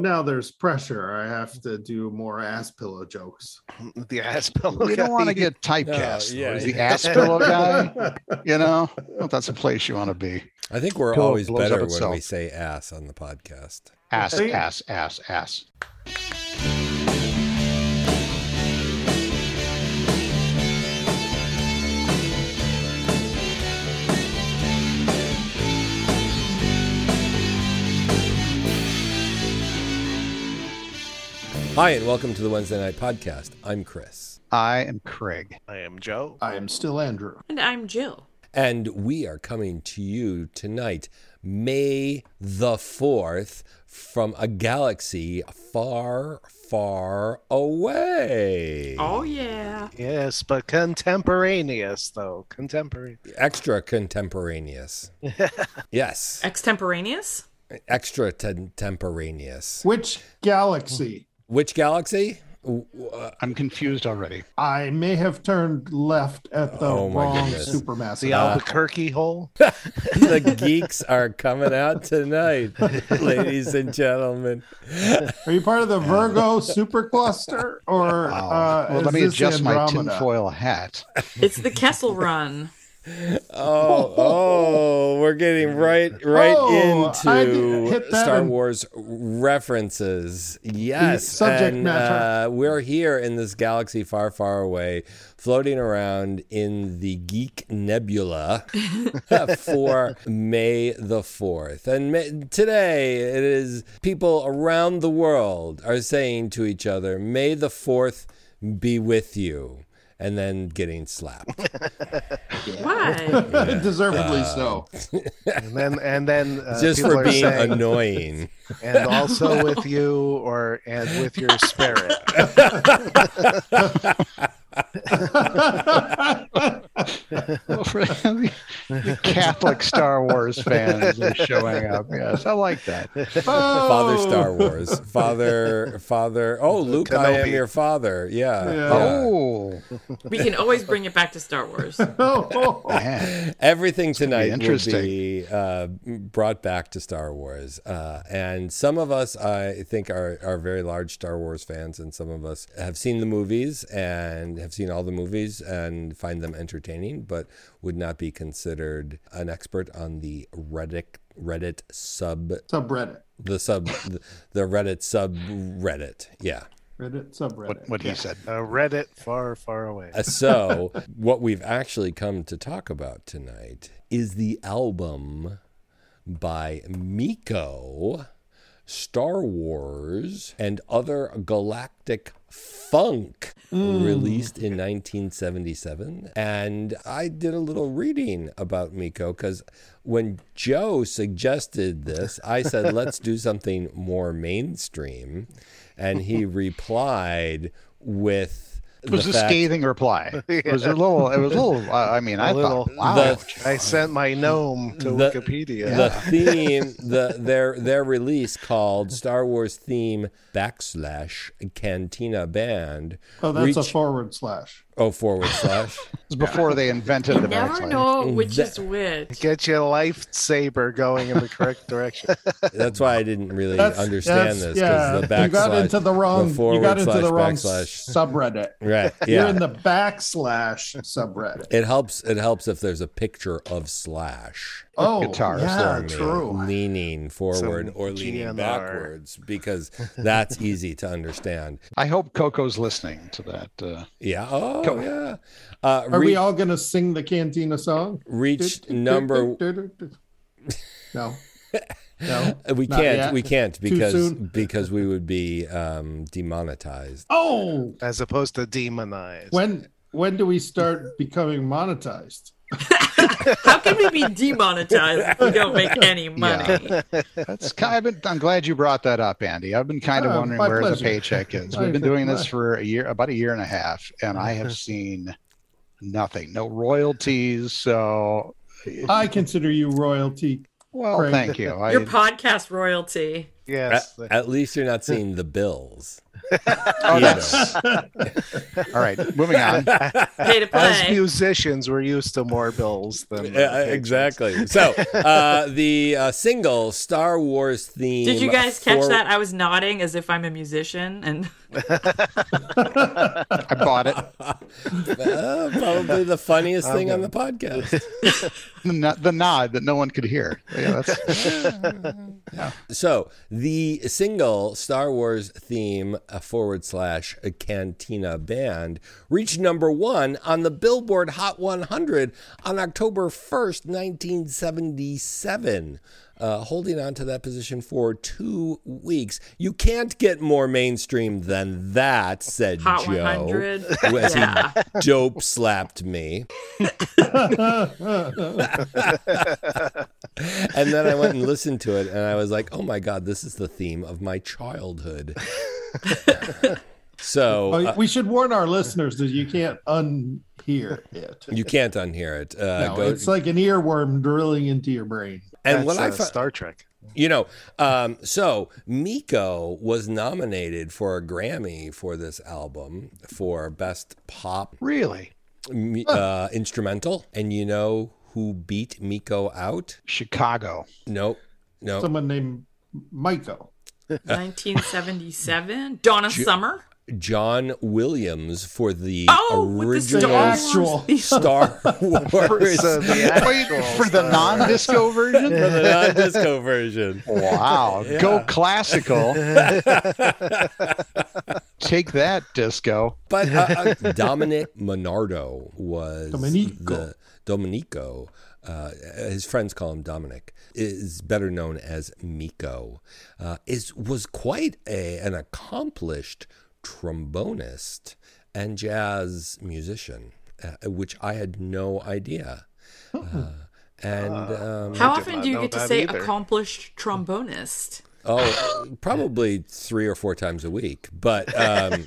now there's pressure. I have to do more ass pillow jokes. The ass pillow. We don't guy. want to get typecast. Oh, yeah, Is the yeah. ass pillow guy? You know, Well, that's a place you want to be. I think we're Pillow always blows up better when itself. we say ass on the podcast. Ass, See? ass, ass, ass. Hi, and welcome to the Wednesday Night Podcast. I'm Chris, I am Craig. I am Joe. I am still Andrew. And I'm Jill. and we are coming to you tonight, May the 4th, from a galaxy far, far away. Oh yeah. Yes, but contemporaneous though. Contemporary. Extra contemporaneous. yes, Extemporaneous? extra contemporaneous. Which galaxy? Which galaxy? W- w- uh, I'm confused already. I may have turned left at the Oh my wrong goodness. Uh, The supermassive. Albuquerque hole. the geeks are coming out tonight, ladies and gentlemen. Are you part of the Virgo supercluster or Wow. uh, Oh, well, is let me this adjust my Andromeda? tinfoil hat. It's the Kessel Run. Oh, oh, we're getting right right Oh, I didn't into hit that Star in- Wars references. Yes, subject and, matter. Uh, we're here in this galaxy far, far away, floating around in the Geek Nebula for May the fourth. And ma- today, it is people around the world are saying to each other, "May the fourth be with you," and then getting slapped. Why? Deservedly Uh, so. And then and then uh, just people for are being saying, annoying. and also with you or and with your spirit. Well, for the, the Catholic Star Wars fans are showing up. Yes, I like that. Father Oh. Star Wars. Father, Father. Oh, Luke, I am Kenobi. your father. Yeah. Yeah. yeah. Oh, We can always bring it back to Star Wars. Oh, man. gonna Everything be tonight interesting. will be uh, brought back to Star Wars. Uh, and some of us, I think, are, are very large Star Wars fans, and some of us have seen the movies and have seen all the movies and find them entertaining, but would not be considered an expert on the Reddit, Reddit sub subreddit. the sub the, the reddit subreddit yeah Reddit subreddit. What, what he said. Uh, Reddit far, far away. Uh, so what we've actually come to talk about tonight is the album by miko star wars and other galactic funk Mm. released in 1977 and i did a little reading about miko because when joe suggested this i said let's do something more mainstream and he replied with It was the a fact- scathing reply. It was a little. It was a little. I I mean, I little. thought, wow, The- I sent my gnome to The- Wikipedia. the theme the their their release called Star Wars theme backslash Cantina Band. Oh, that's a reach- forward slash. oh forward slash. It was before they invented You the never backslash. know which That- is which. Get your lifesaver going in the correct direction. That's why I didn't really That's, understand that's- this Yeah, because the backslash. you got into the wrong. you got forward into slash the wrong backslash. subreddit. right. You're Yeah. in the backslash subreddit. it helps. It helps if there's a picture of slash. Oh, guitar yeah, forming, true. Leaning forward Some or leaning GNR. backwards because that's easy to understand. I hope Coco's listening to that. Uh, Yeah. Oh, Come on. yeah. Uh, Are we reach- all gonna sing the Cantina song? reached number No. No. Uh, we Not can't yet. we can't because soon. because we would be um demonetized Oh, As opposed to demonize. when when do we start becoming monetized? How can we be demonetized if we don't make any money? that's kind I've been, I'm glad you brought that up, Andy. I've been kind of Oh, wondering my where pleasure. the paycheck is. My- We've been doing this my- for a year, about a year and a half, and I have seen nothing, no royalties. So, I consider you royalty. well, Craig. thank you. I, Your podcast royalty. Yes. at, at least you're not seeing the bills Oh, Yeah. that's all right. Moving on. Pay to As play. musicians, we're used to more bills than uh, Yeah, patrons. exactly. So uh, the uh, single Star Wars theme. Did you guys catch for- that? I was nodding as if I'm a musician, and I bought it. Uh, probably the funniest thing on the podcast. The, no- the nod that no one could hear. Yeah, that's So the single Star Wars theme uh, forward slash Cantina Band reached number one on the Billboard Hot 100 on October 1st, 1977, uh, holding on to that position for two weeks. You can't get more mainstream than that," said Hot Joe. 100. As he Yeah. dope slapped me. and then I went and listened to it, and I was like, "Oh my god, this is the theme of my childhood." so Oh, uh, we should warn our listeners that you can't unhear it. you can't unhear it. Uh, No, go- it's like an earworm drilling into your brain. and That's, what I uh, fi- Star Trek. you know, um, so Miko was nominated for a Grammy for this album for best pop really m- uh, instrumental, and you know who beat Miko out? Chicago. Nope. No, Someone named Michael. 1977. Donna Summer. John Williams for the Oh, with the original Star actual- Wars. Star Wars So the actual For the Star- non-disco version. for the non-disco version. Wow, go classical. Take that, disco. But uh, uh, Dominic Monardo was Domenico. the Domenico. Uh, his friends call him Dominic. Is better known as Miko. Uh, is was quite a, an accomplished trombonist and jazz musician, uh, which I had no idea. Uh, and um, How I did often not do you know get to that say either. accomplished trombonist? Oh, probably three or four times a week. But um,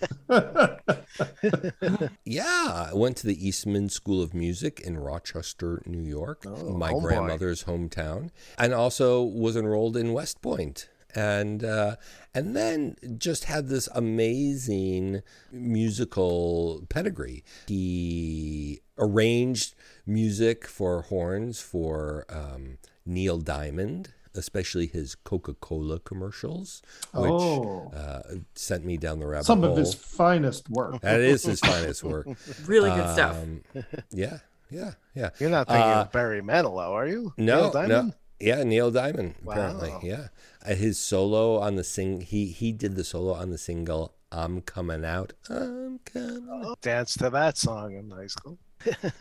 yeah, I went to the Eastman School of Music in Rochester, New York, my homeboy. grandmother's hometown, and also was enrolled in West Point. And uh, and then just had this amazing musical pedigree. He arranged music for horns for um, Neil Diamond, especially his Coca Cola commercials, which Oh. uh, sent me down the rabbit Some hole. of his finest work. that is his finest work. Really good stuff. Um, yeah, yeah, yeah. You're not thinking Uh, of Barry Manilow, are you? No, Neil Diamond? no. Yeah, Neil Diamond. Apparently, Wow. yeah. Uh, his solo on the sing, he he did the solo on the single "I'm Coming Out." I'm coming. out. Oh, Dance to that song in high school.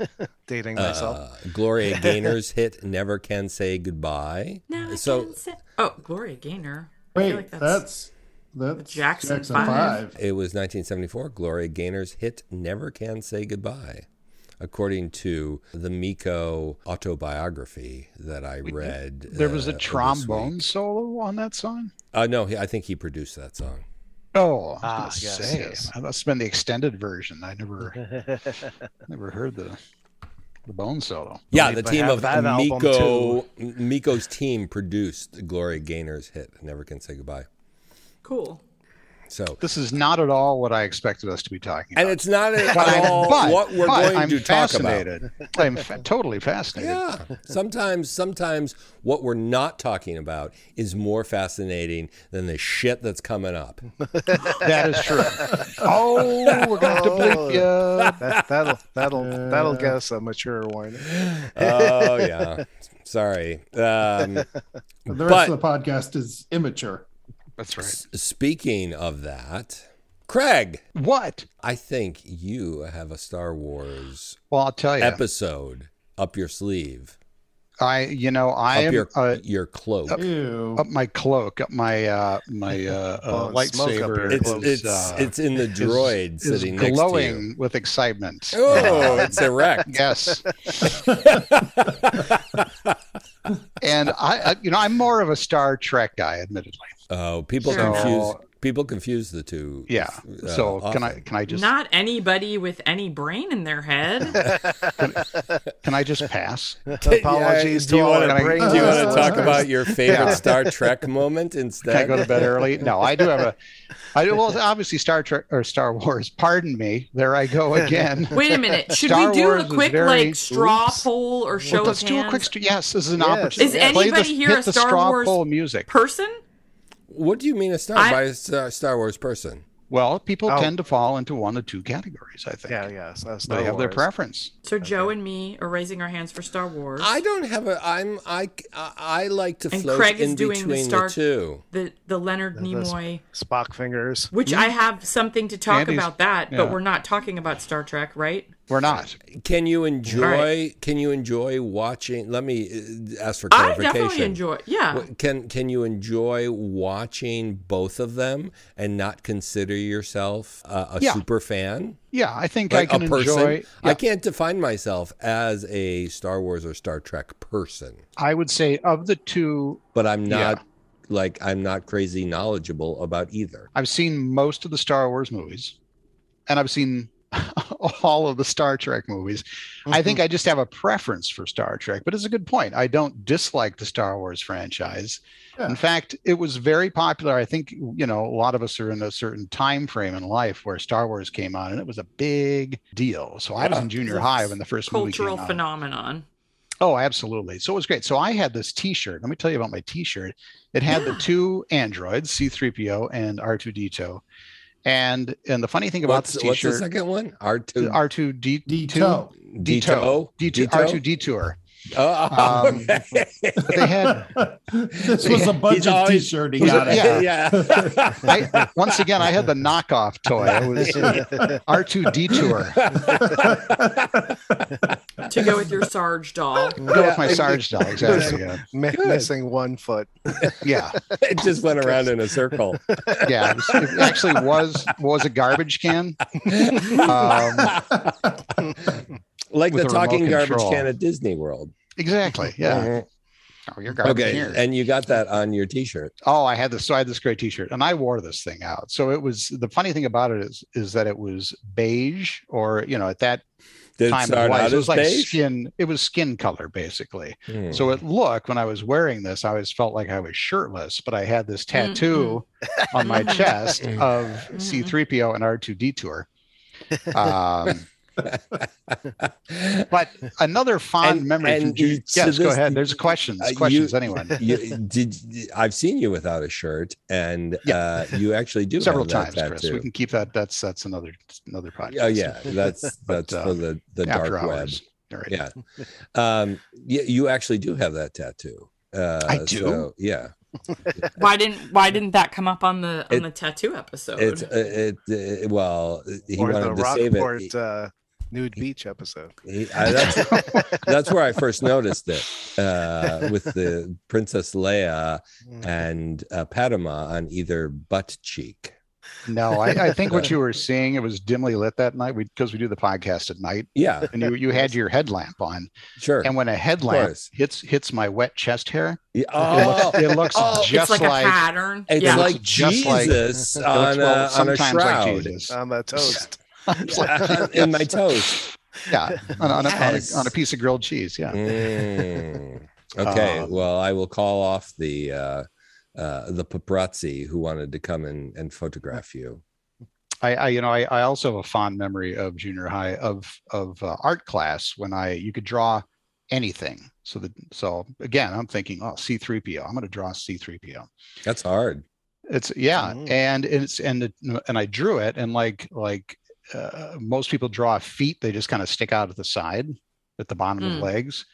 Dating myself. Uh, Gloria Gaynor's hit "Never Can Say Goodbye." Now I so can say- oh, Gloria Gaynor. I feel Wait, like that's that's Jackson Jackson, Five. Five. It was 1974. Gloria Gaynor's hit "Never Can Say Goodbye," according to the Miko autobiography that I read. There was uh, a this trombone week. solo on that song. Uh, no, he- I think he produced that song. Oh, Ah, ah, yes, say, yes. that must have been the extended version. I never, never heard the the bone solo. Yeah, Right, the but team have of that album Miko, M- Miko's team produced Gloria Gaynor's hit "Never Can Say Goodbye." cool. So, This is not at all what I expected us to be talking about. and it's not at but I'm, all but, what we're but going I'm to talk about. fascinated. I'm fa- totally fascinated. Yeah. Sometimes, sometimes what we're not talking about is more fascinating than the shit that's coming up. That is true. oh, we're going to bleep you. that, that'll that'll that'll get us a mature warning. Oh yeah. Sorry. Um, The rest But- of the podcast is immature. That's right. speaking of that, Craig, What? I think you have a Star Wars Well, I'll tell you. episode up your sleeve, I, you know, I up am your uh, your cloak. Ew. up my cloak, up my uh, my uh, uh, Oh, smoke up your lightsaber. it's cloak. it's uh, it's in the droid is sitting next to glowing you. with excitement. Oh, it's erect. Yes. and I, I- you know, I'm more of a Star Trek guy, admittedly. Oh, people Sure. confuse People confuse the two. Yeah. uh, so can I often. can I just Not anybody with any brain in their head. can I just pass? Yeah, Apologies do to you all. wanna Can I, bring- Do you want Uh, to talk about your favorite Yeah. Star Trek moment can I instead? go to bed early? No, I do have a. I do. Well, obviously Star Trek or Star Wars. Pardon me. There I go again. Wait a minute. Should Star we do Wars a is quick very- like straw Oops. poll or show let's of do hands? a quick. St- yes, this is an Yes. opportunity. Is Play the- anybody here hit a the Star straw Wars poll music? Person? What do you mean a star I- by a Star Star Wars person? Well, people Oh. tend to fall into one of two categories. I think. Yeah, yeah. So that's They Star have their Wars. preference. So Joe and me are raising our hands for Star Wars. I don't have a. I'm. I. I I like to And float Craig is in doing the between the, Star- two. the the Leonard the s- Nimoy, Spock fingers. which I have something to talk Hmm? Andy's- about that, yeah. but we're not talking about Star Trek, right? We're not. Can you enjoy? Alright. Can you enjoy watching? Let me uh, ask for I clarification. definitely enjoy. Yeah. Uh-huh. Wh- Can Can you enjoy watching both of them and not consider yourself uh, a Yeah. super fan? Yeah, I think Like I can a person? enjoy. I can't define myself as a Star Wars or Star Trek person, I would say of the two, but I'm Yeah. not like I'm not crazy knowledgeable about either. I've seen most of the Star Wars movies, and I've seen all of the Star Trek movies. Mm-hmm. I think I just have a preference for Star Trek, but it's a good point. I don't dislike the Star Wars franchise. Yeah. In fact, it was very popular. I think you know a lot of us are in a certain time frame in life where Star Wars came on, and it was a big deal. So I was Yeah. in junior It's high when the first movie came Cultural out. phenomenon. Oh, absolutely. So it was great. So I had this t-shirt. Let me tell you about my t-shirt. It had the two androids, C3PO and R2D2. And and the funny thing about What's, this what's the t-shirt, second one? R two R2D2 Dito. D2 R2D2. Oh, Um, okay. er. But they had this was a bunch He's of always- t-shirt he He's- got. yeah. yeah. I, once again I had the knockoff toy. It was R2D2 To go with your Sarge doll. Go with my Sarge doll. Exactly. Yeah. Mi- missing one foot. Yeah. it just went around in a circle. yeah. It, was- it actually was was a garbage can. Um, like With the a remote talking garbage control. can at Disney World. exactly. Yeah. Oh, you're garbage Mm-hmm. Okay, here. and you got that on your T-shirt. oh i had this so i had this gray t-shirt and i wore this thing out so it was the funny thing about it is is that it was beige or you know at that Did it time start life, it out as was like beige? skin it was skin color basically Hmm. so it looked when i was wearing this i always felt like i was shirtless but i had this tattoo on my Mhm. chest Mhm. of c3po and r2d2 um, Hmm. but another fond And- memory and from ju- you- to yes go this- ahead there's questions Uh, you- questions anyone you, did I've seen you without a shirt, and uh, you actually do several have times that chris tattoo. we can keep that that's that's another another podcast Oh yeah, that's But, that's uh, for the the dark web. All right. Yeah, um, you, you actually do have that tattoo. Uh, I do? so, yeah, Why didn't Why didn't that come up on the on It- the tattoo episode? it's uh, it. Uh, well, he or the wanted to save it. Rockport uh, nude beach episode. He- I- that's, that's where I first noticed it uh, with the Princess Leia and uh, Padma on either butt cheek. No, I, I think what you were seeing, it was dimly lit that night because we, do the podcast at night. Yeah, And you, you had your headlamp on. sure. And when a headlamp course. hits hits my wet chest hair, Yeah, it looks, oh, it looks oh, it's It's just like, like, a pattern. it's yeah. like just like- Jesus it looks, on, a, well, on a sometimes like shroud Uh, Jesus. on the toast. It's like- in my toast. yeah, on, on, Yes. Mm-hmm. a, on, a, on a piece of grilled cheese. Yeah. Mm. Okay, Um, well, I will call off the uh, uh, the paparazzi who wanted to come in and photograph you. I, I you know I, I also have a fond memory of junior high of of uh, art class when I you could draw anything. So the so again I'm thinking oh C3PO I'm going to draw C3PO. That's hard. It's yeah Mm. and it's and it, and I drew it and like like uh, most people draw feet they just kind of stick out at the side at the bottom Mm. of legs.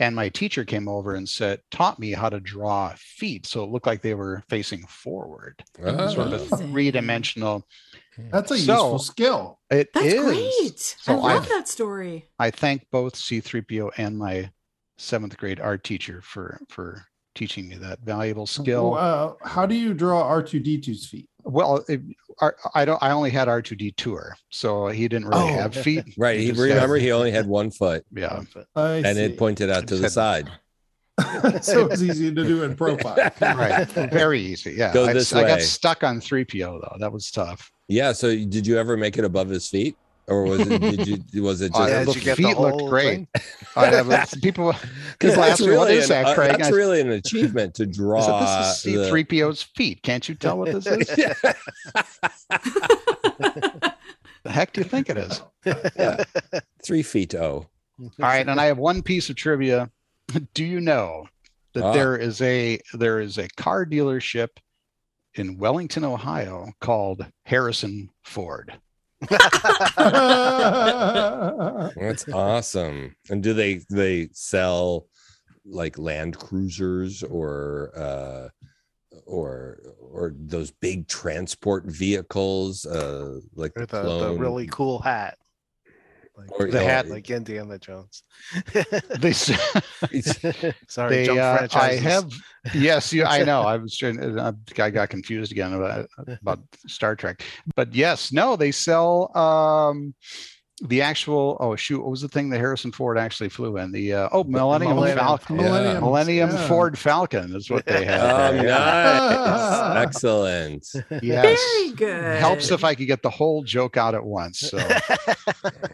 And my teacher came over and said taught me how to draw feet so it looked like they were facing forward. Sort of Oh. Amazing. three dimensional. That's a So- useful skill. It That's is. great. I So love I- that story. I thank both C3PO and my seventh grade art teacher for for teaching me that Oh, valuable skill. Wow. Uh, how do you draw R2D2's feet? Well, it, R- I don't. I only had R2D tour, so he didn't really Oh. have feet. Right. He He, just remember has- he only had one foot Yeah, I and see. it pointed out to the Just side. so it's easy to do in profile. right. Very easy. Yeah. Go I, this I way. got stuck on 3PO though. That was tough. Yeah. So did you ever make it above his feet, or was it? Did you? Was it Oh, just? yeah, did look- you get the feet looked whole great. thing? I have people people ask me what is an, that, uh, Craig? that's I- really an achievement to draw. I said, this is the- C3PO's feet. Can't you tell what this is? the heck do you think it is? three feet. Oh, All right, and I have one piece of trivia. Do you know that Ah. there is a there is a car dealership in Wellington, Ohio called Harrison Ford? that's awesome. And do they they sell like Land Cruisers or uh, or or those big transport vehicles, uh, like Or the, the, the clone- really cool hat. Like, Or- the yeah, hat or- like Indiana Jones. They s- Sorry, they jump uh, I franchises. have yes, you, I know. I was trying, uh, I I got confused again about about Star Trek, but yes, no, they sell um the actual oh shoot, what was the thing that Harrison Ford actually flew in? The uh, oh Millennium, Millennium. Falcon, Millennium, Millennium yeah. Ford Falcon is what they had. Oh, there, nice! Excellent. Yes. Very good. Helps if I could get the whole joke out at once. So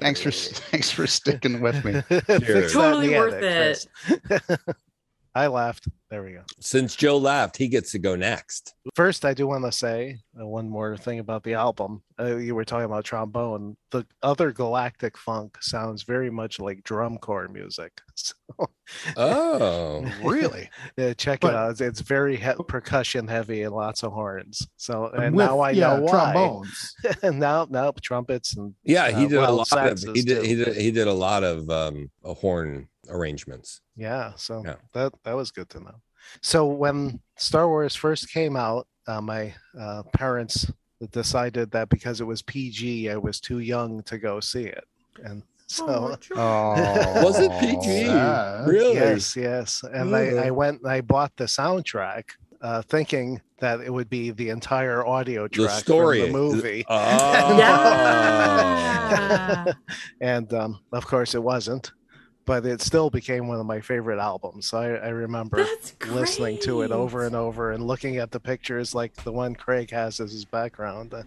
thanks for thanks for sticking with me. Fix that in the Totally worth edit, Chris. I laughed. There we go. Since Joe left, he gets to go next. First, I do want to say uh, one more thing about the album. Uh, you were talking about trombone. The other Galactic Funk sounds very much like drum corps music. So, Oh, Really? yeah, check But- it out. It's, it's very he- percussion heavy and lots of horns. So, and With, now I yeah, know why. Trombones. now, now trumpets and yeah, he Uh, did a well, lot of he saxes, did, he too. did he did a lot of um, uh, horn arrangements. Yeah, so Yeah. that that was good to know. So when Star Wars first came out, uh, my uh, parents decided that because it was PG, I was too young to go see it, and Oh, so George. Oh, Was it PG? Yeah. Really? yes, yes, and Really? I, I went and I bought the soundtrack, uh, thinking that it would be the entire audio The track story, from the movie, Oh. Yeah. and um, of course it wasn't, but it still became one of my favorite albums. So I, I remember That's great. listening to it over and over and looking at the pictures like the one Craig has as his background, uh,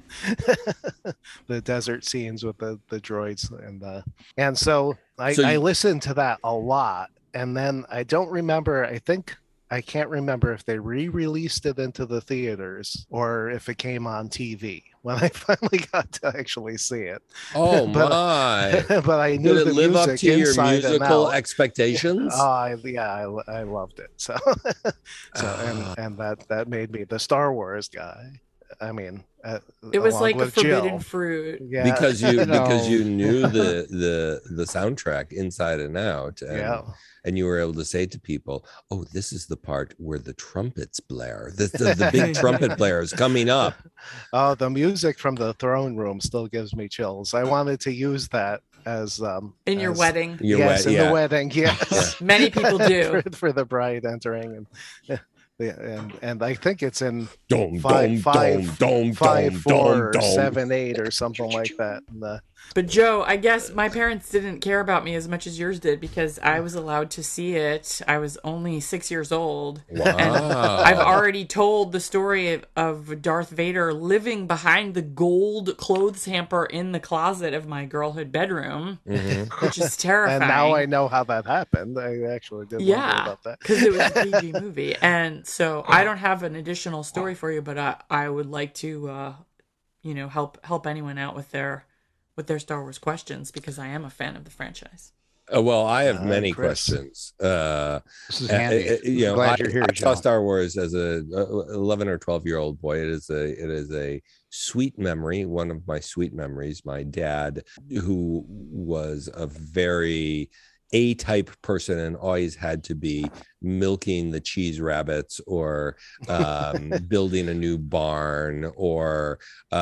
the desert scenes with the, the droids and uh, and so I, So I you- listened to that a lot and then I don't remember I think I can't remember if they re-released it into the theaters or if it came on TV when I finally got to actually see it. Oh But, my! but I knew Did it the live music up to your inside and musical out. expectations? Oh, I, yeah, I, I loved it. So, so Ah. and, and that that made me the Star Wars guy. I mean, uh, It was along like a with forbidden Jill. fruit. Yeah, Because you because No. you knew the the the soundtrack inside and out, and, yeah, and you were able to say to people, "Oh, this is the part where the trumpets blare. The the, the big trumpet blare is coming up." oh, the music from the throne room still gives me chills. I wanted to use that as um In your as- wedding. Your yes, wed- in yeah. the wedding. Yes, Many people do. for, for the bride entering and. Yeah, and and I think it's in Dome, Five- dome, five- dome, dome, five, dome, four, dome, or dome. seven, eight, or something like that. And, uh, But Joe, I guess my parents didn't care about me as much as yours did because I was allowed to see it. I was only six years old. And Wow. I've already told the story of, of Darth Vader living behind the gold clothes hamper in the closet of my girlhood bedroom, Mhm. which is and terrifying. now I know how that happened. I actually did Yeah. wonder about that. because it was a PG movie, and so I don't have an additional story for you, but I, I would like to, uh, you know, help help anyone out with their with their Star Wars questions because I am a fan of the franchise. Uh, well, I have Uh, many Chris. questions. Uh, This is uh, handy. uh, you know, Glad I, you're here, I saw Joe. Star Wars as a uh, 11 or 12 year old boy. It is a it is a sweet memory. One of my sweet memories. My dad, who was a very a type person and always had to be milking the cheese rabbits or um, building a new barn or uh,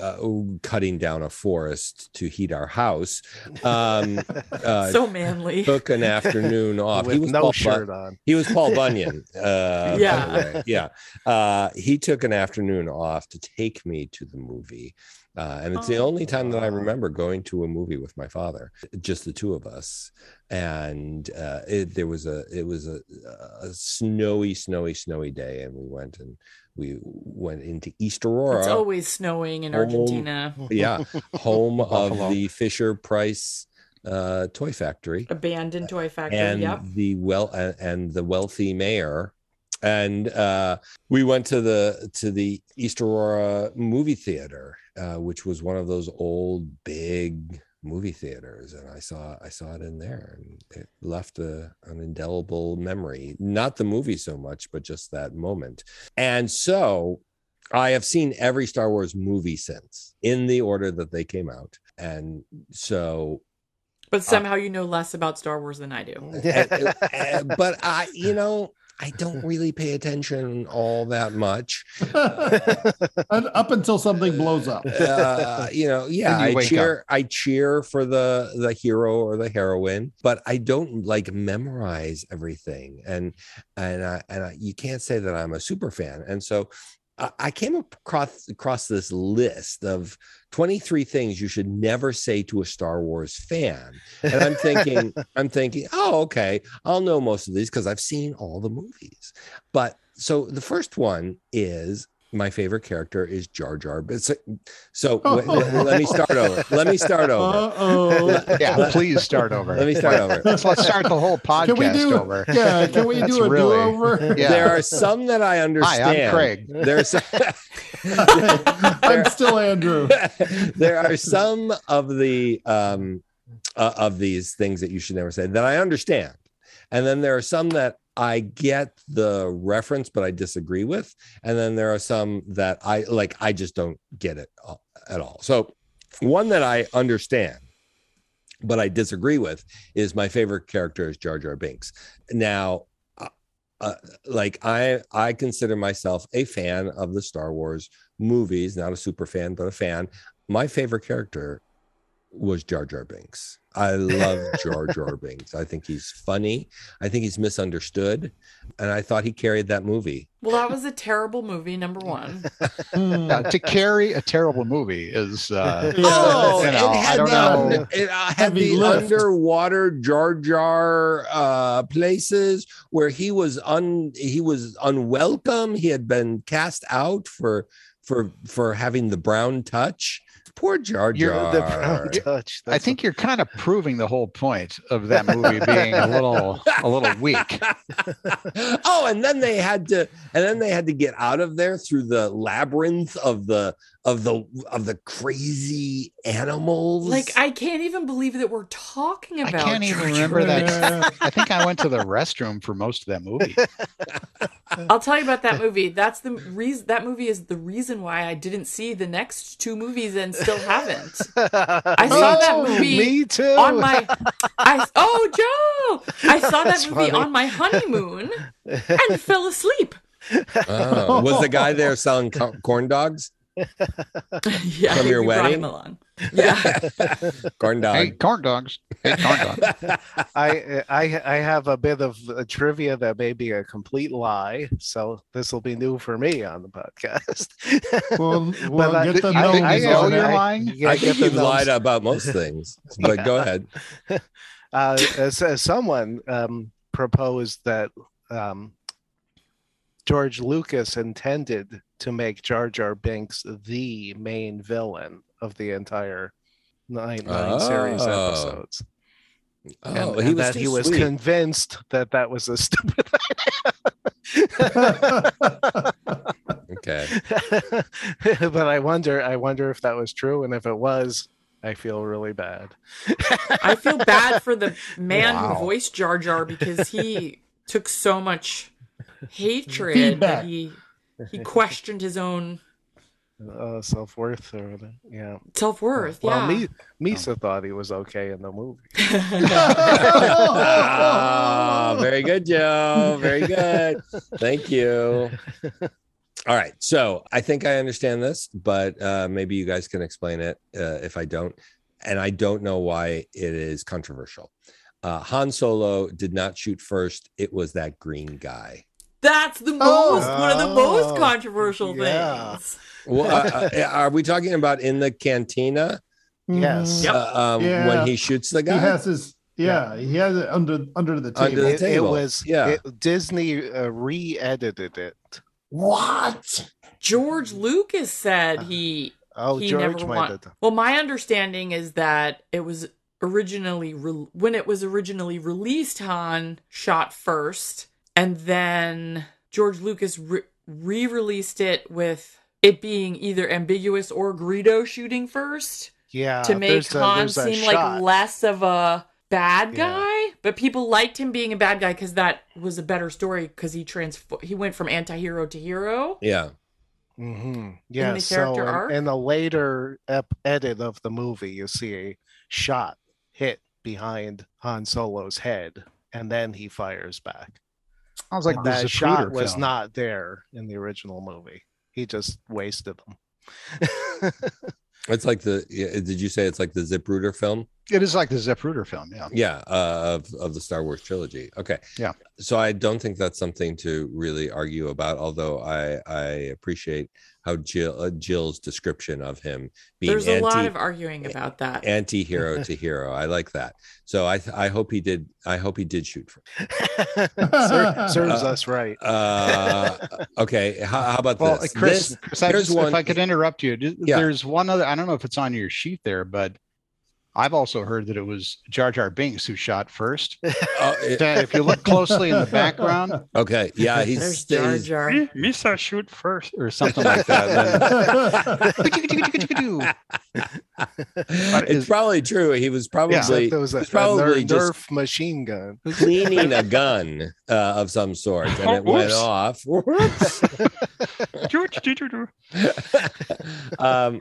uh, cutting down a forest to heat our house um, uh, so manly. took an afternoon off. with no Paul Bu- shirt on. he was Paul Bunyan. Uh, by Yeah. the way. yeah. Uh, he took an afternoon off to take me to the movie. Oh. Uh, and it's the only time that I remember going to a movie with my father, just the two of us. and uh, it, there was a it was a, a snowy, snowy, snowy day, and we went and we went into East Aurora. It's always snowing in Oh. Argentina. yeah, home of Buffalo. the Fisher Price uh, toy factory Abandoned toy factory. and yep. the well and, and the wealthy mayor and uh, we went to the to the east aurora movie theater uh, which was one of those old big movie theaters and i saw i saw it in there and it left a, an indelible memory not the movie so much but just that moment and so i have seen every star wars movie since in the order that they came out and so But somehow you know less about Star Wars than I do. e-, and- and- Eh, but I, you know, I don't really pay attention all that much. And up until something blows up. Uh, you know, yeah, And you I wake cheer, I cheer for the the hero or the heroine, but I don't like memorize everything. And and I, and I, you can't say that I'm a super fan. And so. I- I came across across this list of 23 things you should never say to a Star Wars fan. And I'm thinking, I'm thinking, oh, okay, I'll know most of these because I've seen all the movies. But so the first one is my favorite character is Jar Jar. But so, so Oh, wait, let, let me start over. Let me start over. Uh-oh. Yeah, please start over. Let me start over. Let's, let's start the whole podcast Can we do, over. yeah, can we That's do a really- do-over? Yeah. There are some that I Hi, understand. I'm Craig. There's I'm still Andrew. there are some of the um uh, of these things that you should never say that I understand, and then there are some that I get the reference but I disagree with, and then there are some that I like I just don't get it a- at all. So one that I understand. But I disagree with is my favorite character is Jar Jar Binks. Now, uh, uh, like I, I consider myself a fan of the Star Wars movies, not a super fan, but a fan. My favorite character was Jar Jar Binks. I love Jar Jar Binks. I think he's funny. I think he's misunderstood. And I thought he carried that movie. Well, that was a terrible movie, number one. Hmm. Yeah, to carry a terrible movie is uh, Yeah. Oh, You it know, I had don't the, know. it, uh, had Heavy the lift. underwater Jar Jar uh, places where he was un he was unwelcome. He had been cast out for for for having the brown touch. Poor Jar You're Jar. the brown touch. I think you're kind of proving the whole point of that movie being a little a little weak. oh, and then they had to, and then they had to get out of there through the labyrinth of the of the of the crazy animals. Like I can't even believe that we're talking I about. can't even George remember that. Yeah. I think I went to the restroom for most of that movie. I'll tell you about that movie. That's the reason. That movie is the reason why I didn't see the next two movies and still haven't. I saw that movie Me too. On my, I oh Joe, I saw that That's movie funny. on my honeymoon and fell asleep. Oh, was the guy there selling co- corn dogs? Yeah, From we your brought wedding? him along. Yeah, Corn dog. Hey, corn dogs. Hey, corn dogs. I, I I have a bit of uh, trivia that may be a complete lie, so this will be new for me on the podcast. We'll, we'll I- get the uh, I think gnomes I know on you're it. lying. Yeah, I get think the you've lied thumbs- about most things, but go ahead. Uh, as, as someone um, proposed that um, George Lucas intended to make Jar Jar Binks the main villain of the entire nine, nine series Oh. episodes, Oh, and, he and was that too he was sweet. convinced that that was a stupid okay. but I wonder, I wonder if that was true, and if it was, I feel really bad. I feel bad for the man Wow. who voiced Jar Jar because he took so much hatred Feedback. that he he questioned his own Uh, Self worth, or whatever. yeah. self worth. Well, yeah. Mi- Oh. Misa thought he was okay in the movie. Ah, very good, Joe. Very good. Thank you. All right. So I think I understand this, but uh, maybe you guys can explain it uh, if I don't. And I don't know why it is controversial. Uh, Han Solo did not shoot first. It was that green guy. That's the Oh. most one of the most Oh. controversial Yeah. things. Well, uh, uh, are we talking about in the cantina Yes. Mhm. Yep. uh, um, Yeah. when he shoots the He guy? has his Yeah, he has it under under the Under table. the It, it table. was Yeah. it, Disney uh, re-edited it. what? George Lucas said he Oh, he George never might wa- have done. Well, my understanding is that it was originally re- when it was originally released, Han shot first, and then George Lucas re- re-released it with it being either ambiguous or Greedo shooting first Yeah, to make Ah, there's a- Han there's a seem shot. like less of a Yeah. bad guy. But people liked him being a bad guy because that was a better story because he transfo- he went from anti-hero to hero. Yeah. hmm Yeah, the so character in- arc? in, a later ep- edit of the movie, you see a shot hit behind Han Solo's head, and then he fires back. I was like, And the that Zapruder shot was film. not there in the original movie. He just wasted them. It's like the, yeah, did you say it's like the Zipruder film? It is like the Zapruder film. Yeah. Yeah. Uh, of, of the Star Wars trilogy. Okay. Yeah. So I don't think that's something to really argue about, although I, I appreciate how Jill, uh, Jill's description of him being There's anti, a lot of arguing about that. anti-hero to hero. I like that. So I, I hope he did. I hope he did shoot for. Ser- serves Uh, us right. Uh, okay. How, how about Well, this? Chris, This- Chris I there's just, one- if I could interrupt you, just- Yeah. there's one other. I don't know if it's on your sheet there, but I've also heard that it was Jar Jar Binks who shot first. oh, it- Dan, if you look closely in the background, okay. Yeah. There's He's, Jar he's Jar. "Me- Misa shoot first, or something like that. is- it's probably true. He was probably Except there was a, it's probably a Nerf just- machine gun. cleaning a gun uh, of some sort, and it went Whoops. off. Whoops. um,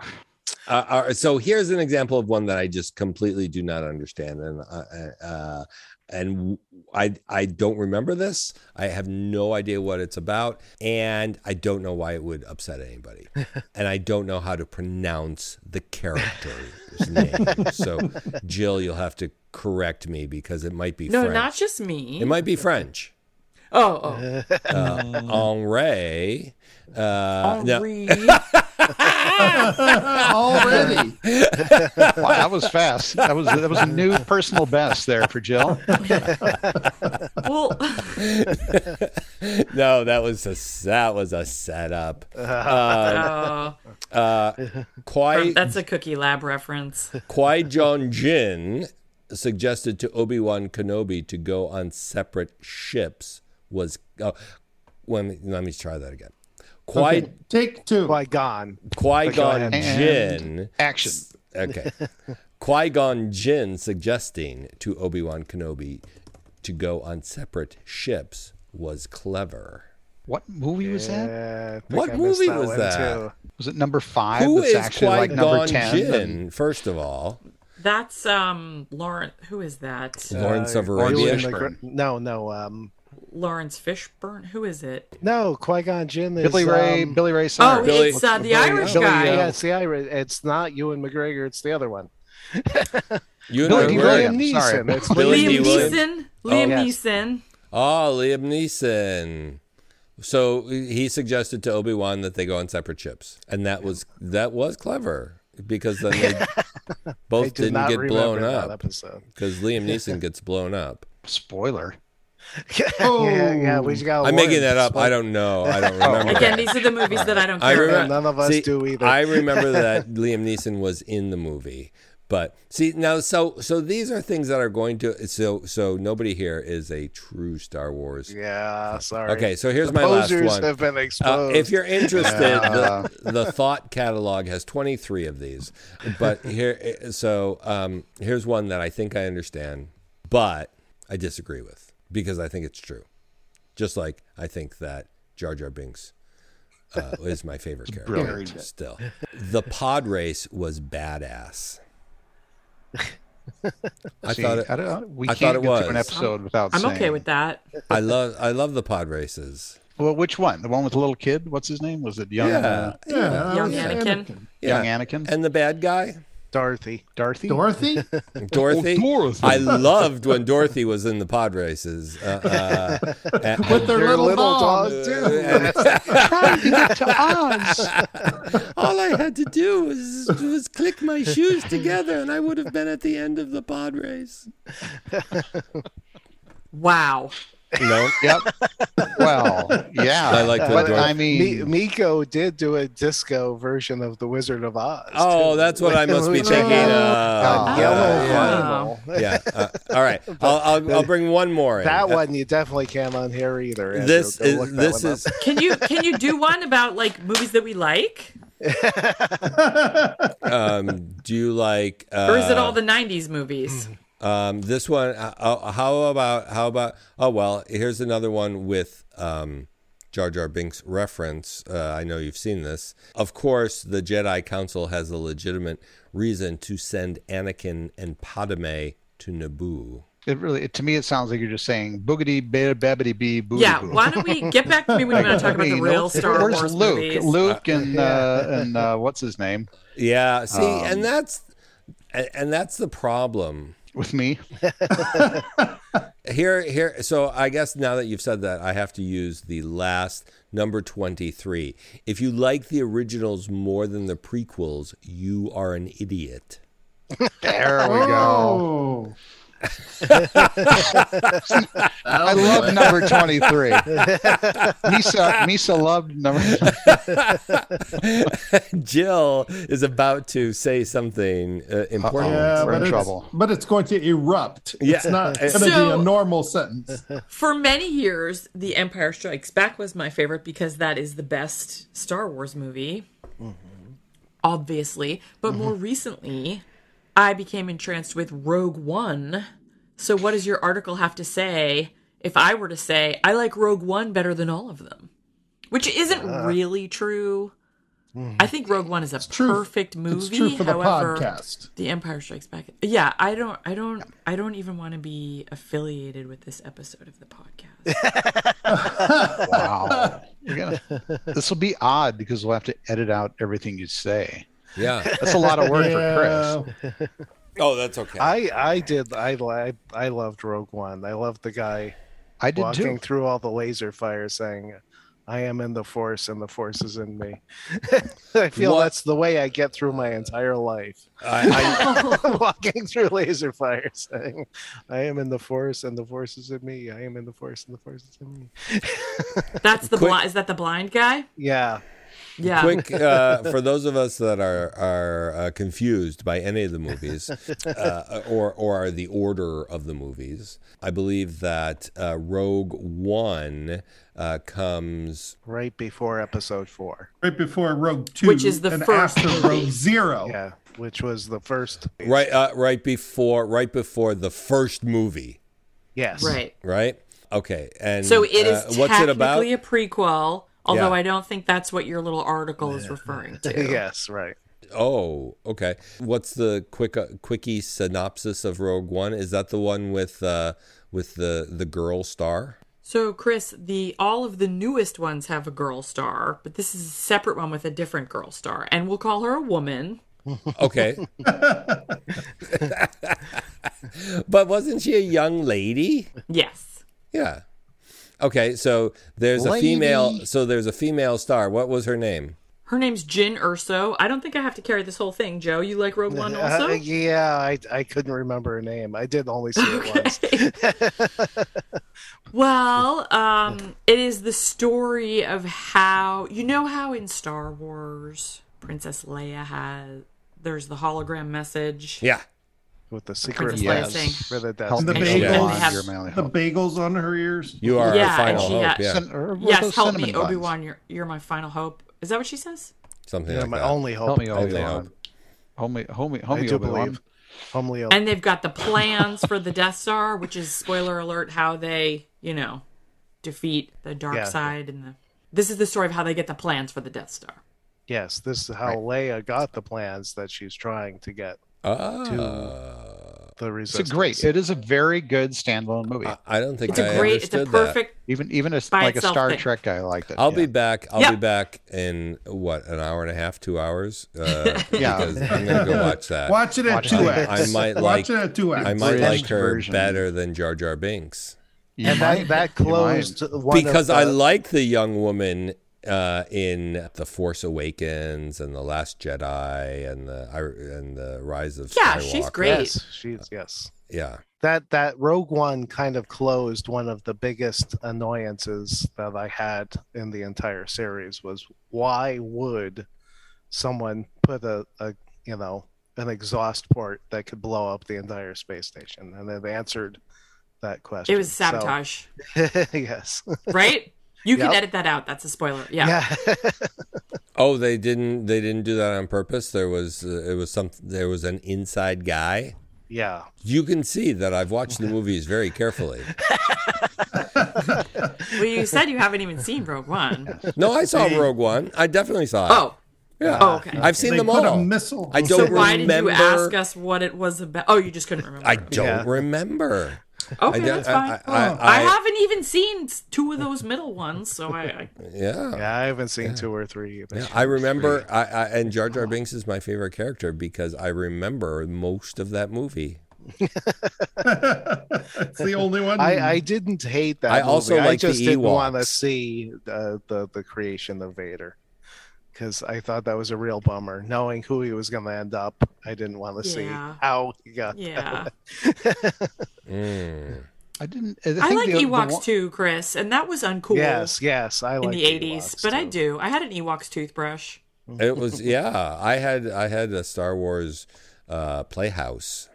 uh, uh, so here's an example of one that I just completely do not understand, and uh, uh, and I I don't remember this. I have no idea what it's about, and I don't know why it would upset anybody, and I don't know how to pronounce the character's name. So Jill, you'll have to correct me because it might be No, French. not just me. it might be French. oh, oh. Uh, Henri. Uh, no. Henri. Already. wow, that was fast. That was that was a new personal best there for Jill. well, no, that was a that was a setup. Uh, uh, uh, Kwai that's a Cookie Lab reference. Kwai John Jin suggested to Obi Wan Kenobi to go on separate ships. Was oh, let me let me try that again. Kwai Okay, Take two. Qui Gon. Qui go Gon ahead. Jin. Action. Okay. Qui Gon Jinn suggesting to Obi Wan Kenobi to go on separate ships was clever. What movie was that? Yeah, Uh, I think What I missed movie was one, that? too. Was it number five? Who that's is actually Qui like Gon number ten. and- Jinn? First of all, That's um Lauren. Who is that? Uh, Lawrence of Lawrence Arabia. Fishburne. Gr- no, no, um, Lawrence Fishburne. Who is it? no. Qui Gon Jinn is Billy Ray, um, Billy Ray Oh, Cyrus. Billy- it's uh, the Billy- Irish Billy, guy. uh, Yeah, it's the Irish. It's not Ewan McGregor. It's the other one. You Billy know D. where- Williams. Liam sorry. Neeson. It's Billy Liam D. Williams. Neeson. Liam yes. Neeson. Ah, Liam Neeson. So he suggested to Obi Wan that they go on separate ships, and that was that was clever because then they I both did didn't not get blown remember that up episode. because Liam Neeson gets blown up. Spoiler. Oh. yeah, yeah, we just got. a I'm making warning. that up. I Spoil- don't know. I don't remember. Again, that. these are the movies that I don't I care remember- about. None of us See, do either. I remember that Liam Neeson was in the movie. But see now, so so these are things that are going to so so nobody here is a true Star Wars. Yeah, sorry. Okay, so here's The my last posers one. have been Uh, exposed. if you're interested, Yeah. the, the Thought catalog has 23 of these. But here, so um, here's one that I think I understand, but I disagree with because I think it's true. Just like I think that Jar Jar Binks uh, is my favorite character. brilliant. Still, the pod race was badass. I See, thought it, I don't know. We I can't thought it get through an was. episode without. I'm saying. okay with that. I love I love the pod races. Well, which one? The one with the little kid? What's his name? Was it young? Yeah, uh, Yeah, that Young was Anakin. yeah. Young Anakin. And the bad guy? Dorothy. Dorothy. Dorothy? Dorothy. Oh, Dorothy. I loved when Dorothy was in the pod races. Uh, uh, and- uh, With their Your little, little dog. dog. Trying to get to Oz. All I had to do was, was click my shoes together, and I would have been at the end of the pod race. Wow. No, Yep. Well, yeah. I like But that. I Dorothy. Mi- mean, Miko did do a disco version of The Wizard of Oz. Oh, too. Uh, that's what I must be Which- thinking of. Oh, Yellow yeah. Carnival. yeah. Uh, all right. I'll, I'll, I'll bring one more in. That Uh, one you definitely can't on here either. Andrew. This Go look is that this one up. is Can you can you do one about like movies that we like? um do you like uh, Or is it all the 90s movies? um this one uh, uh, how about how about oh well here's another one with um Jar Jar Binks reference uh, I know you've seen this of course the Jedi Council has a legitimate reason to send Anakin and Padme to Naboo it really it, to me it sounds like you're just saying boogity bear babbity bee boo. yeah, why don't we get back to me when you want to talk about the real Star Where's Wars Luke? movies? Luke and uh, and uh, what's his name yeah see Um, and that's and, and that's the problem with me? Here, here. So I guess now that you've said that, I have to use the last number twenty-three. If you like the originals more than the prequels, you are an idiot. There we go. Oh. I love number twenty three. Misa Misa loved number. Jill is about to say something uh, important. Uh-oh. Yeah, We're in but it's, trouble. but it's going to erupt. It's Yeah. not going to So- be a normal sentence. For many years, The Empire Strikes Back was my favorite because that is the best Star Wars movie, Mm-hmm. obviously. But more recently, I became entranced with Rogue One. So, what does your article have to say if I were to say, I like Rogue One better than all of them? Which isn't Ah. really true. I think Rogue One is a Mm-hmm. true- perfect movie. It's true for the However, podcast. the Empire Strikes Back. Yeah, I don't, I don't, I don't even want to be affiliated with this episode of the podcast. Wow. We're gonna- This will be odd because we'll have to edit out everything you say. Yeah. That's a lot of work for Chris. Yeah. Oh, that's okay. I I did I li- I loved Rogue One. I loved the guy I did walking too. through all the laser fire saying, "I am in the Force, and the Force is in me." I feel What- that's the way I get through my entire life. I, walking through laser fire saying, "I am in the Force, and the Force is in me. I am in the Force, and the Force is in me." That's the Quick- blind. Is that the blind guy? Yeah, Yeah. I quick uh, for those of us that are are uh, confused by any of the movies, uh, or or are the order of the movies. I believe that uh, Rogue One uh, comes. right before Episode Four. Right before Rogue Two, Which is the and first after movie. Rogue Zero. Yeah, which was the first. Right, uh, right before, right before the first movie, Yes. right. right? Okay, and So it is uh, what's it about? technically a prequel, although Yeah. I don't think that's what your little article is referring to. Yes. Right. Oh, okay. What's the quick, uh, quickie synopsis of Rogue One? Is that the one with uh, with the the girl star? So Chris, the all of the newest ones have a girl star, but this is a separate one with a different girl star, and we'll call her a woman. Okay. but wasn't she a young lady? Yes. Yeah. Okay, so there's a female so there's a female star. What was her name? Her name's Jin Urso. I don't think I have to carry this whole thing, Joe. You like Rogue One also? Uh, yeah, I, I couldn't remember her name. I did only see it once. Well, um, it is the story of how you know how in Star Wars Princess Leia has there's the hologram message. Yeah. with the secret Princess Leia yes. thing. for the Death Help The me, bagel. Obi-Wan, And they have- your manly The help. bagels on her ears. You are Yeah, our and final she hope. got- yeah. Cin- or what are Yes, those help cinnamon me, buns? Obi Wan. You're you're my final hope. Is that what she says? Something Yeah, like my that. only hope. Help me, Obi Wan. hope. Homie, homie, I homie, do Obi Wan. believe. Homely hope. And they've got the plans for the Death Star, which is spoiler alert, how they you know defeat the dark Yeah. side and the. This is the story of how they get the plans for the Death Star. yes, this is how Leia got the plans that she's trying to get. Ah. the It's a resistance. great. It is a very good standalone movie. I, I don't think It's I a great, it's a understood that. perfect. even even a, by like a itself Star thing. Trek guy liked it. I'll yeah. be back. I'll be Yep. back in what an hour and a half, two hours. Uh, Yeah. because I'm gonna go watch that. Watch it at Watch it. two I- I X. might Watch like- it at two I X. might like Abridged her version. better than Jar Jar Binks You And might- that, that you might. closed one of because I the- like the young woman uh, in The Force Awakens and The Last Jedi and the and the Rise of Yeah, Skywalker. she's great. Yes, she's yes. Yeah, That that Rogue One kind of closed one of the biggest annoyances that I had in the entire series was why would someone put a, a you know an exhaust port that could blow up the entire space station? And it answered that question. It was So- sabotage, yes. right? You can Yep. edit that out. That's a spoiler. Yeah. Yeah. Oh, they didn't. They didn't do that on purpose. There was. Uh, it was some. There was an inside guy. yeah. You can see that I've watched the movies very carefully. Well, you said you haven't even seen Rogue One. No, I saw Rogue One. I definitely saw it. Oh, yeah. oh, okay. I've seen They them put a all. missile. I so don't why did you remember- ask us what it was about? Oh, you just couldn't remember. I don't Yeah. remember. okay, I don't- that's fine. I- Oh. I, I- I- haven't even seen two of those middle ones, so I, I Yeah. Yeah, I haven't seen two or three either. Yeah, I remember, I, I, and Jar Jar Binks is my favorite character because I remember most of that movie. it's the only one. I, I didn't hate that. I movie. also I like the just didn't want to Ewoks. see uh, the the creation of Vader because I thought that was a real bummer. Knowing who he was going to end up, I didn't want to see Yeah. how he got. yeah. Mm. I didn't. I, I think like the- the Ewoks one- too, Chris, and that was uncool Yes, yes, I in like the '80s. Ewoks, But I too. do. I had an Ewoks toothbrush. It was, yeah. I had, I had a Star Wars uh, playhouse,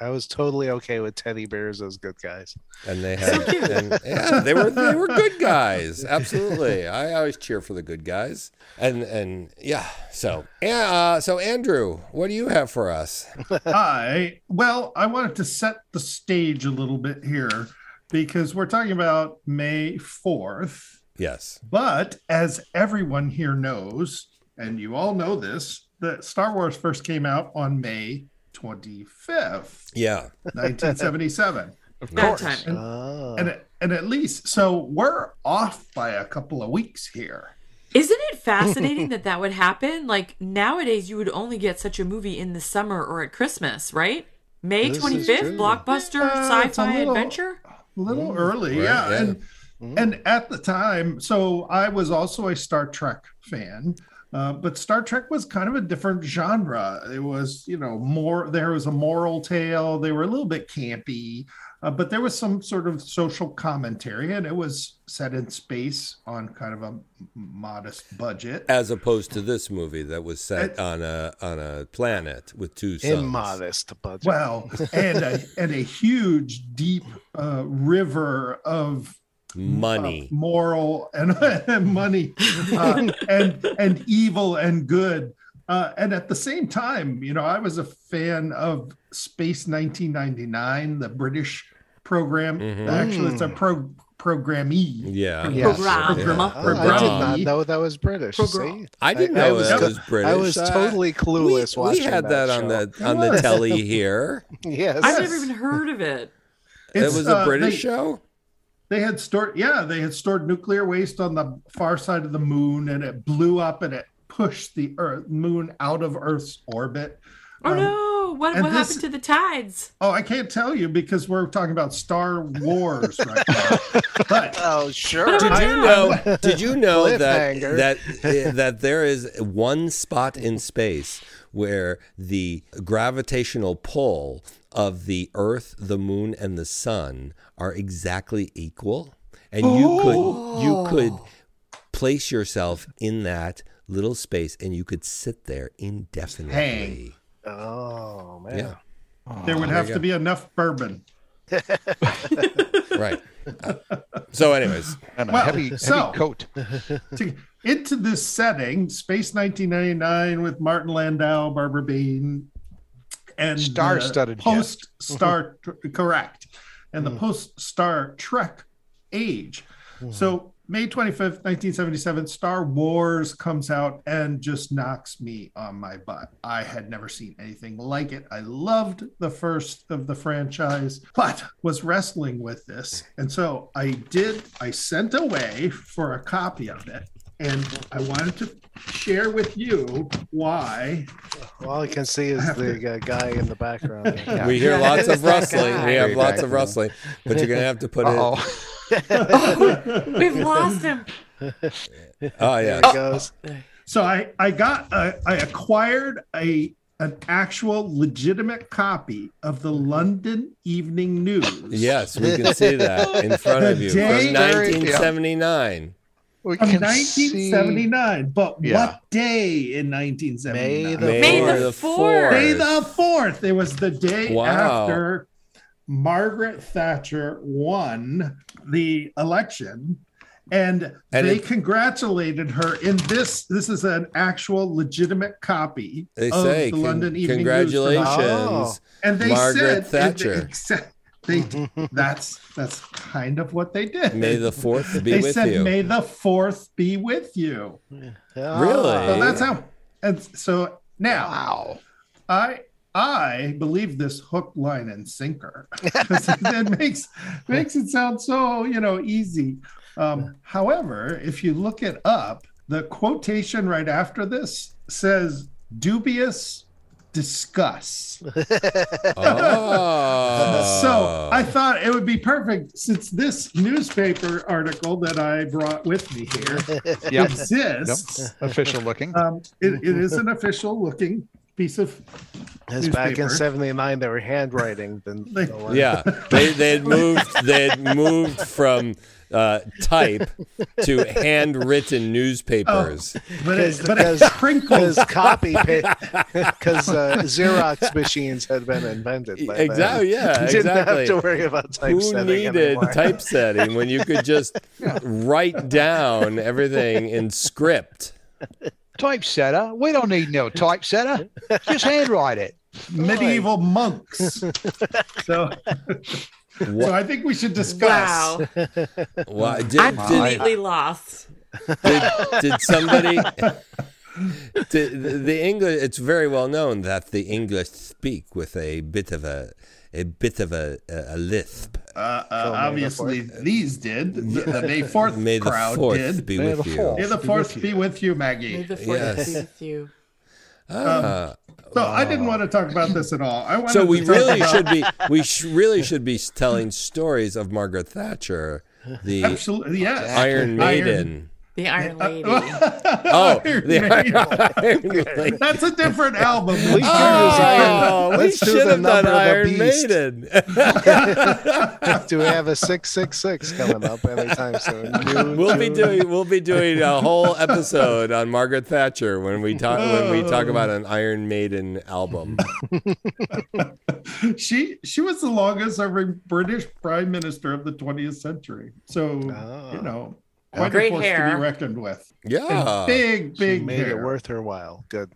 I was totally okay with teddy bears as good guys. and they had, and, yeah, they were, they were good guys. Absolutely, I always cheer for the good guys, and and yeah. So, yeah. Uh, so Andrew, what do you have for us? Hi. Well, I wanted to set the stage a little bit here because we're talking about May 4th. Yes. But as everyone here knows, and you all know this, that Star Wars first came out on May 25th, Yeah. 1977. Of Bad course. timing. Oh. and, and at least, so we're off by a couple of weeks here. Isn't it fascinating that that would happen? Like nowadays, you would only get such a movie in the summer or at Christmas, right? May This is twenty fifth, true. blockbuster, Yeah, it's a sci-fi little- adventure. A little early, yeah. yeah. And and at the time, so I was also a Star Trek fan, uh, but Star Trek was kind of a different genre. It was, you know, more there was a moral tale. They were a little bit campy, uh, but there was some sort of social commentary, and it was set in space on kind of a modest budget. As opposed to this movie that was set on a on a planet with two suns. Immodest budget. Well, and a, and a huge deep uh, river of money. of moral and, and money uh, and and evil and good uh, and at the same time you know i was a fan of space 1999 the british program Mhm. actually it's a pro program e Yeah. Yeah. Mm. Oh, I Yeah. Program. did not Program. know that was British. Program. See? I didn't I- I know was that co- was British. I was Uh, totally clueless we, watching We had that, that on the show. on the Yes. telly here. Yes. Yes. I've never even heard of it. It's, it was a uh, British they- show. they had stored yeah they had stored nuclear waste on the far side of the moon and it blew up and it pushed the earth moon out of earth's orbit Oh Um, no! What and what this- happened to the tides? oh i can't tell you because we're talking about star wars right now but Oh, sure. But it was Did you know? Did you know that Cliffhanger. that eh, that there is one spot in space where the gravitational pull of the Earth, the Moon, and the Sun are exactly equal, and you could Oh. you could place yourself in that little space, and you could sit there indefinitely. Oh, man. Yeah. There would have to be enough bourbon. right. so, anyways, And a Well, heavy, heavy so- coat. To- into this setting, Space 1999 with Martin Landau, Barbara Bain, and Star-studded post Star Hmm. correct, and the post Star Trek age. So May 25th, 1977, Star Wars comes out and just knocks me on my butt. I had never seen anything like it. I loved the first of the franchise, but was wrestling with this. And so I did, I sent away for a copy of it. And I wanted to share with you why All I can see is the uh, guy in the background. Yeah. We hear Yeah, lots it's of that rustling. guy. We have Way lots back then. of rustling, but you're gonna have to put Uh-oh. it. We've lost him. Oh There yeah, he goes. So I I got a, I acquired a an actual legitimate copy of the London Evening News. yes, we can see that in front of you from day- 1979. We From can see- 1979, but Yeah. what day in 1979? May May Or the fourth. May the fourth. It was the day Wow. after Margaret Thatcher won the election. And, And they it- congratulated her in this. This is an actual legitimate copy They of say, Oh, the "Con- London Evening News. for the congratulations. Oh. and they Margaret said and Thatcher. They, accept- they that's that's kind of what they did. May the fourth be Oh. they with said, you. "May the fourth be with you." Ah, Really? So that's how. And so now Wow. I I believe this hook, line, and sinker because it makes makes it sound so you know easy. Um, however, if you look it up, the quotation right after this says dubious discuss. Oh, So I thought it would be perfect since this newspaper article that I brought with me here Yep. yep. exists. Official looking. Um, it, it is an official looking piece of It's back in Newspaper. '79. They were handwriting. Then Like- no one- yeah, they they had moved they had moved from uh, type to Oh. handwritten newspapers. but it, Because- but it because- crinkles. because copy because uh, Xerox machines had been invented. By then. E, Exactly. Yeah. You didn't Exactly. have to worry about Who typesetting needed anymore. typesetting when you could just write down everything in script? typesetter. We don't need no typesetter. Just handwrite it. medieval monks. So, so I think we should discuss. Wow. Why I'm did, did, completely lost. did, did somebody? Did, the, the English. It's very well known that the English speak with a bit of a a bit of a a, a lisp. Uh, uh, obviously, these did. The, the May Fourth May the crowd fourth did. be May with the you. fourth. May the Fourth be with you, Maggie. May the fourth Yes. be with you. Ah. so I didn't want to talk about this at all. I wanted so we to talk really about- should be we sh- really should be telling stories of Margaret Thatcher, the absolutely yes. Iron Maiden. The Iron Lady. Oh, Iron the Maiden. Iron Maiden. That's a different album. We should Oh, we Let's do should the have done number of the Iron beast. Maiden. Do we have a six six six coming up anytime soon? You- We'll be doing we'll be doing a whole episode on Margaret Thatcher when we talk when we talk about an Iron Maiden album. she she was the longest serving British prime minister of the 20th century. So you know, quite Great a force to be hair. reckoned with. Yeah. Big She big made hair. it worth her while. Good.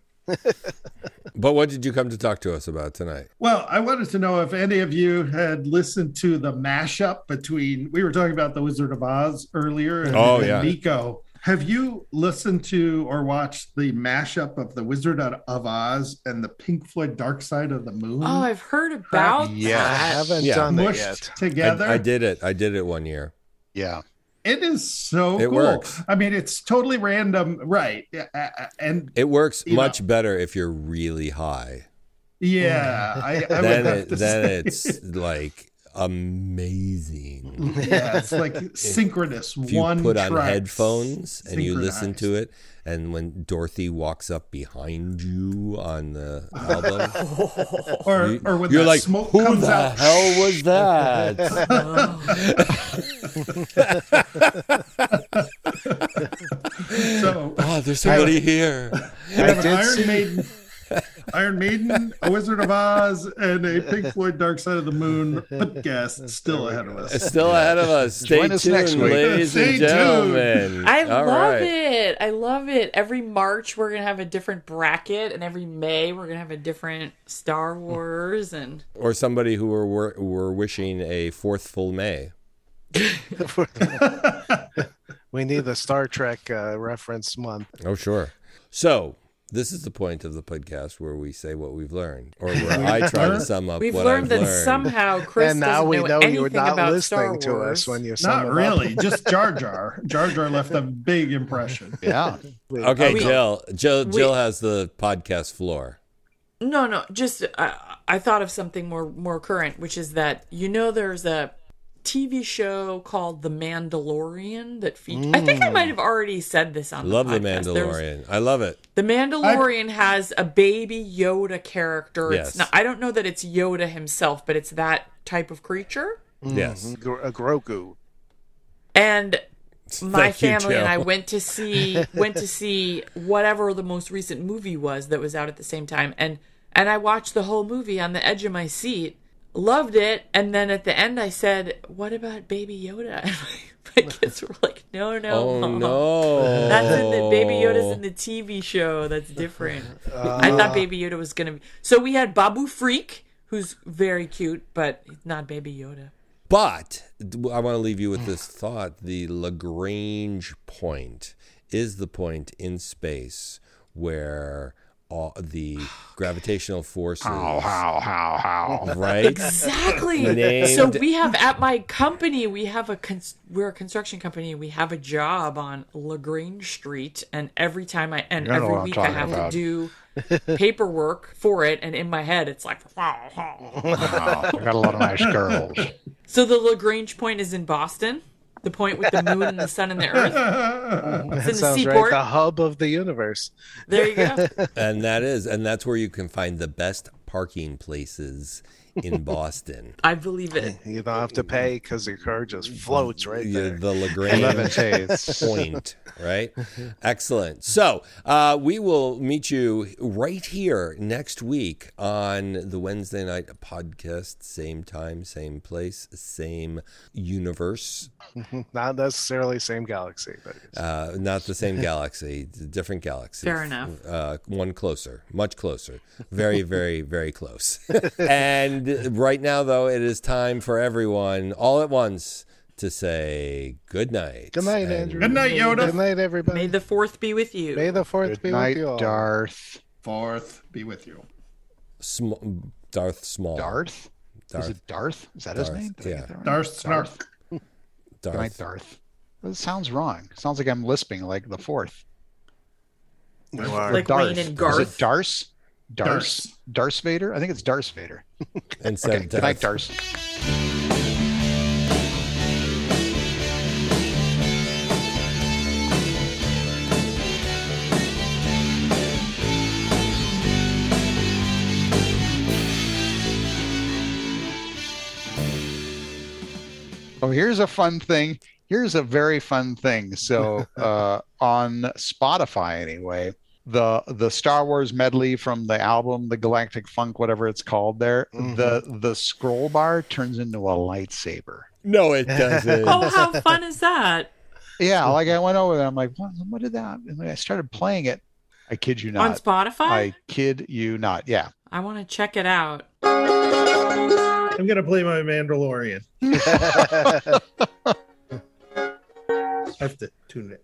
But what did you come to talk to us about tonight? Well, I wanted to know if any of you had listened to the mashup between we were talking about the Wizard of Oz earlier and, Oh, and yeah. Nico. Have you listened to or watched the mashup of the Wizard of Oz and the Pink Floyd Dark Side of the Moon? Oh, I've heard about Yeah. I that. haven't Yeah. done it mushed yet. together. I, I did it. I did it one year. Yeah. It is so It cool. works. I mean, it's totally random, right? Yeah, uh, uh, And It works You know. much better if you're really high. yeah, I, I would Then have it, to then say, it's like amazing. yeah, it's like synchronous. If you one put on track headphones and you listen synchronized. to it, and when Dorothy walks up behind you on the album, or you- or when you're that like, smoke "Who comes the out, hell was that?" so oh, there's somebody here. I have an did Iron see- Maiden, Iron Maiden, a Wizard of Oz, and a Pink Floyd Dark Side of the Moon podcast still ahead of us. It's still ahead of us. Stay Join tuned, us next week. ladies Stay and tuned. gentlemen. I All love right. it. I love it. Every March we're gonna have a different bracket, and every May we're gonna have a different Star Wars. And Or somebody who were, were were wishing a fourth full May. We need a Star Trek uh, reference month. Oh, sure. So this is the point of the podcast where we say what we've learned, or where I try to sum up We've what learned I've that learned. somehow Chris and now doesn't we know, know anything you were not about listening to Star Wars. us when you sum Not it up. really, just Jar Jar. Jar Jar left a big impression. Yeah. Okay, We- Jill. Jill. we- Jill has the podcast floor. No, no, just uh, I thought of something more more current, which is that you know there's a TV show called The Mandalorian that features. I think I might have already said this on. Mm. Love the, the podcast. There's- Mandalorian. I love it. The Mandalorian has a baby Yoda character. Yes. It's not, I don't know that it's Yoda himself, but it's that type of creature. Yes. Gro- a Grogu. And my Thank you, family and I Jill. went to see went to see whatever the most recent movie was that was out at the same time and and I watched the whole movie on the edge of my seat, loved it, and then at the end I said, "What about Baby Yoda?" And my kids were like, "No, no, Oh Mom. no. That's in the Baby Yoda's in the TV show. That's different. I thought Baby Yoda was gonna be. So we had Babu Freak, who's very cute, but not Baby Yoda. But I want to leave you with this thought the Lagrange point is the point in space where all the gravitational forces. How, how, how, how. Right? Exactly. Named- So we have at my company, we have a cons- we're a construction company. We have a job on Lagrange Street, and every time I and You know every what I'm week I talking have about. to do paperwork for it, and in my head it's like. Wow. I got a lot of nice girls. So the Lagrange point is in Boston. The point with the moon and the sun and the earth. It's in the Sounds seaport. right. The hub of the universe. There you go. And that is, and that's where you can find the best parking places in Boston. I believe it. You don't have to pay because your car just floats right Yeah, there. the I love it. Lagrange Say it's point, right? Excellent. So uh, we will meet you right here next week on the Wednesday night podcast, same time, same place, same universe. Not necessarily same galaxy, but Uh, not the same galaxy, d- different galaxy. Fair enough. Uh, one closer, much closer. Very, very, very close. and right now, though, it is time for everyone all at once to say good night. good night, And- Andrew. Good night, Yoda. Good night, everybody. May the fourth be with you. May the fourth good be night, with you all. Darth. Fourth, be with you. Sm- Darth Small. Darth? Darth. Is it Darth? Is that his Darth, name? Did I get yeah. that right? Darth Snarth. Darth. Good night, Darth. That sounds wrong. Sounds like I'm lisping like the fourth. You are. Like Darth. Wayne Is and Garth. it Darce? Darce? Darce. Darce Vader? I think it's Darce Vader. And said uh, Okay. Good night, Darth. Darce. Oh, here's a fun thing. Here's a very fun thing. So, uh, on Spotify, anyway, the the Star Wars medley from the album, the Galactic Funk, whatever it's called, there, the the scroll bar turns into a lightsaber. No, it doesn't. Oh, how fun is that? Yeah, like I went over there. I'm like, what, what did that? And then I started playing it. I kid you On not. Spotify? I kid you not. Yeah. I want to check it out. I'm gonna play my Mandalorian. I have to tune it.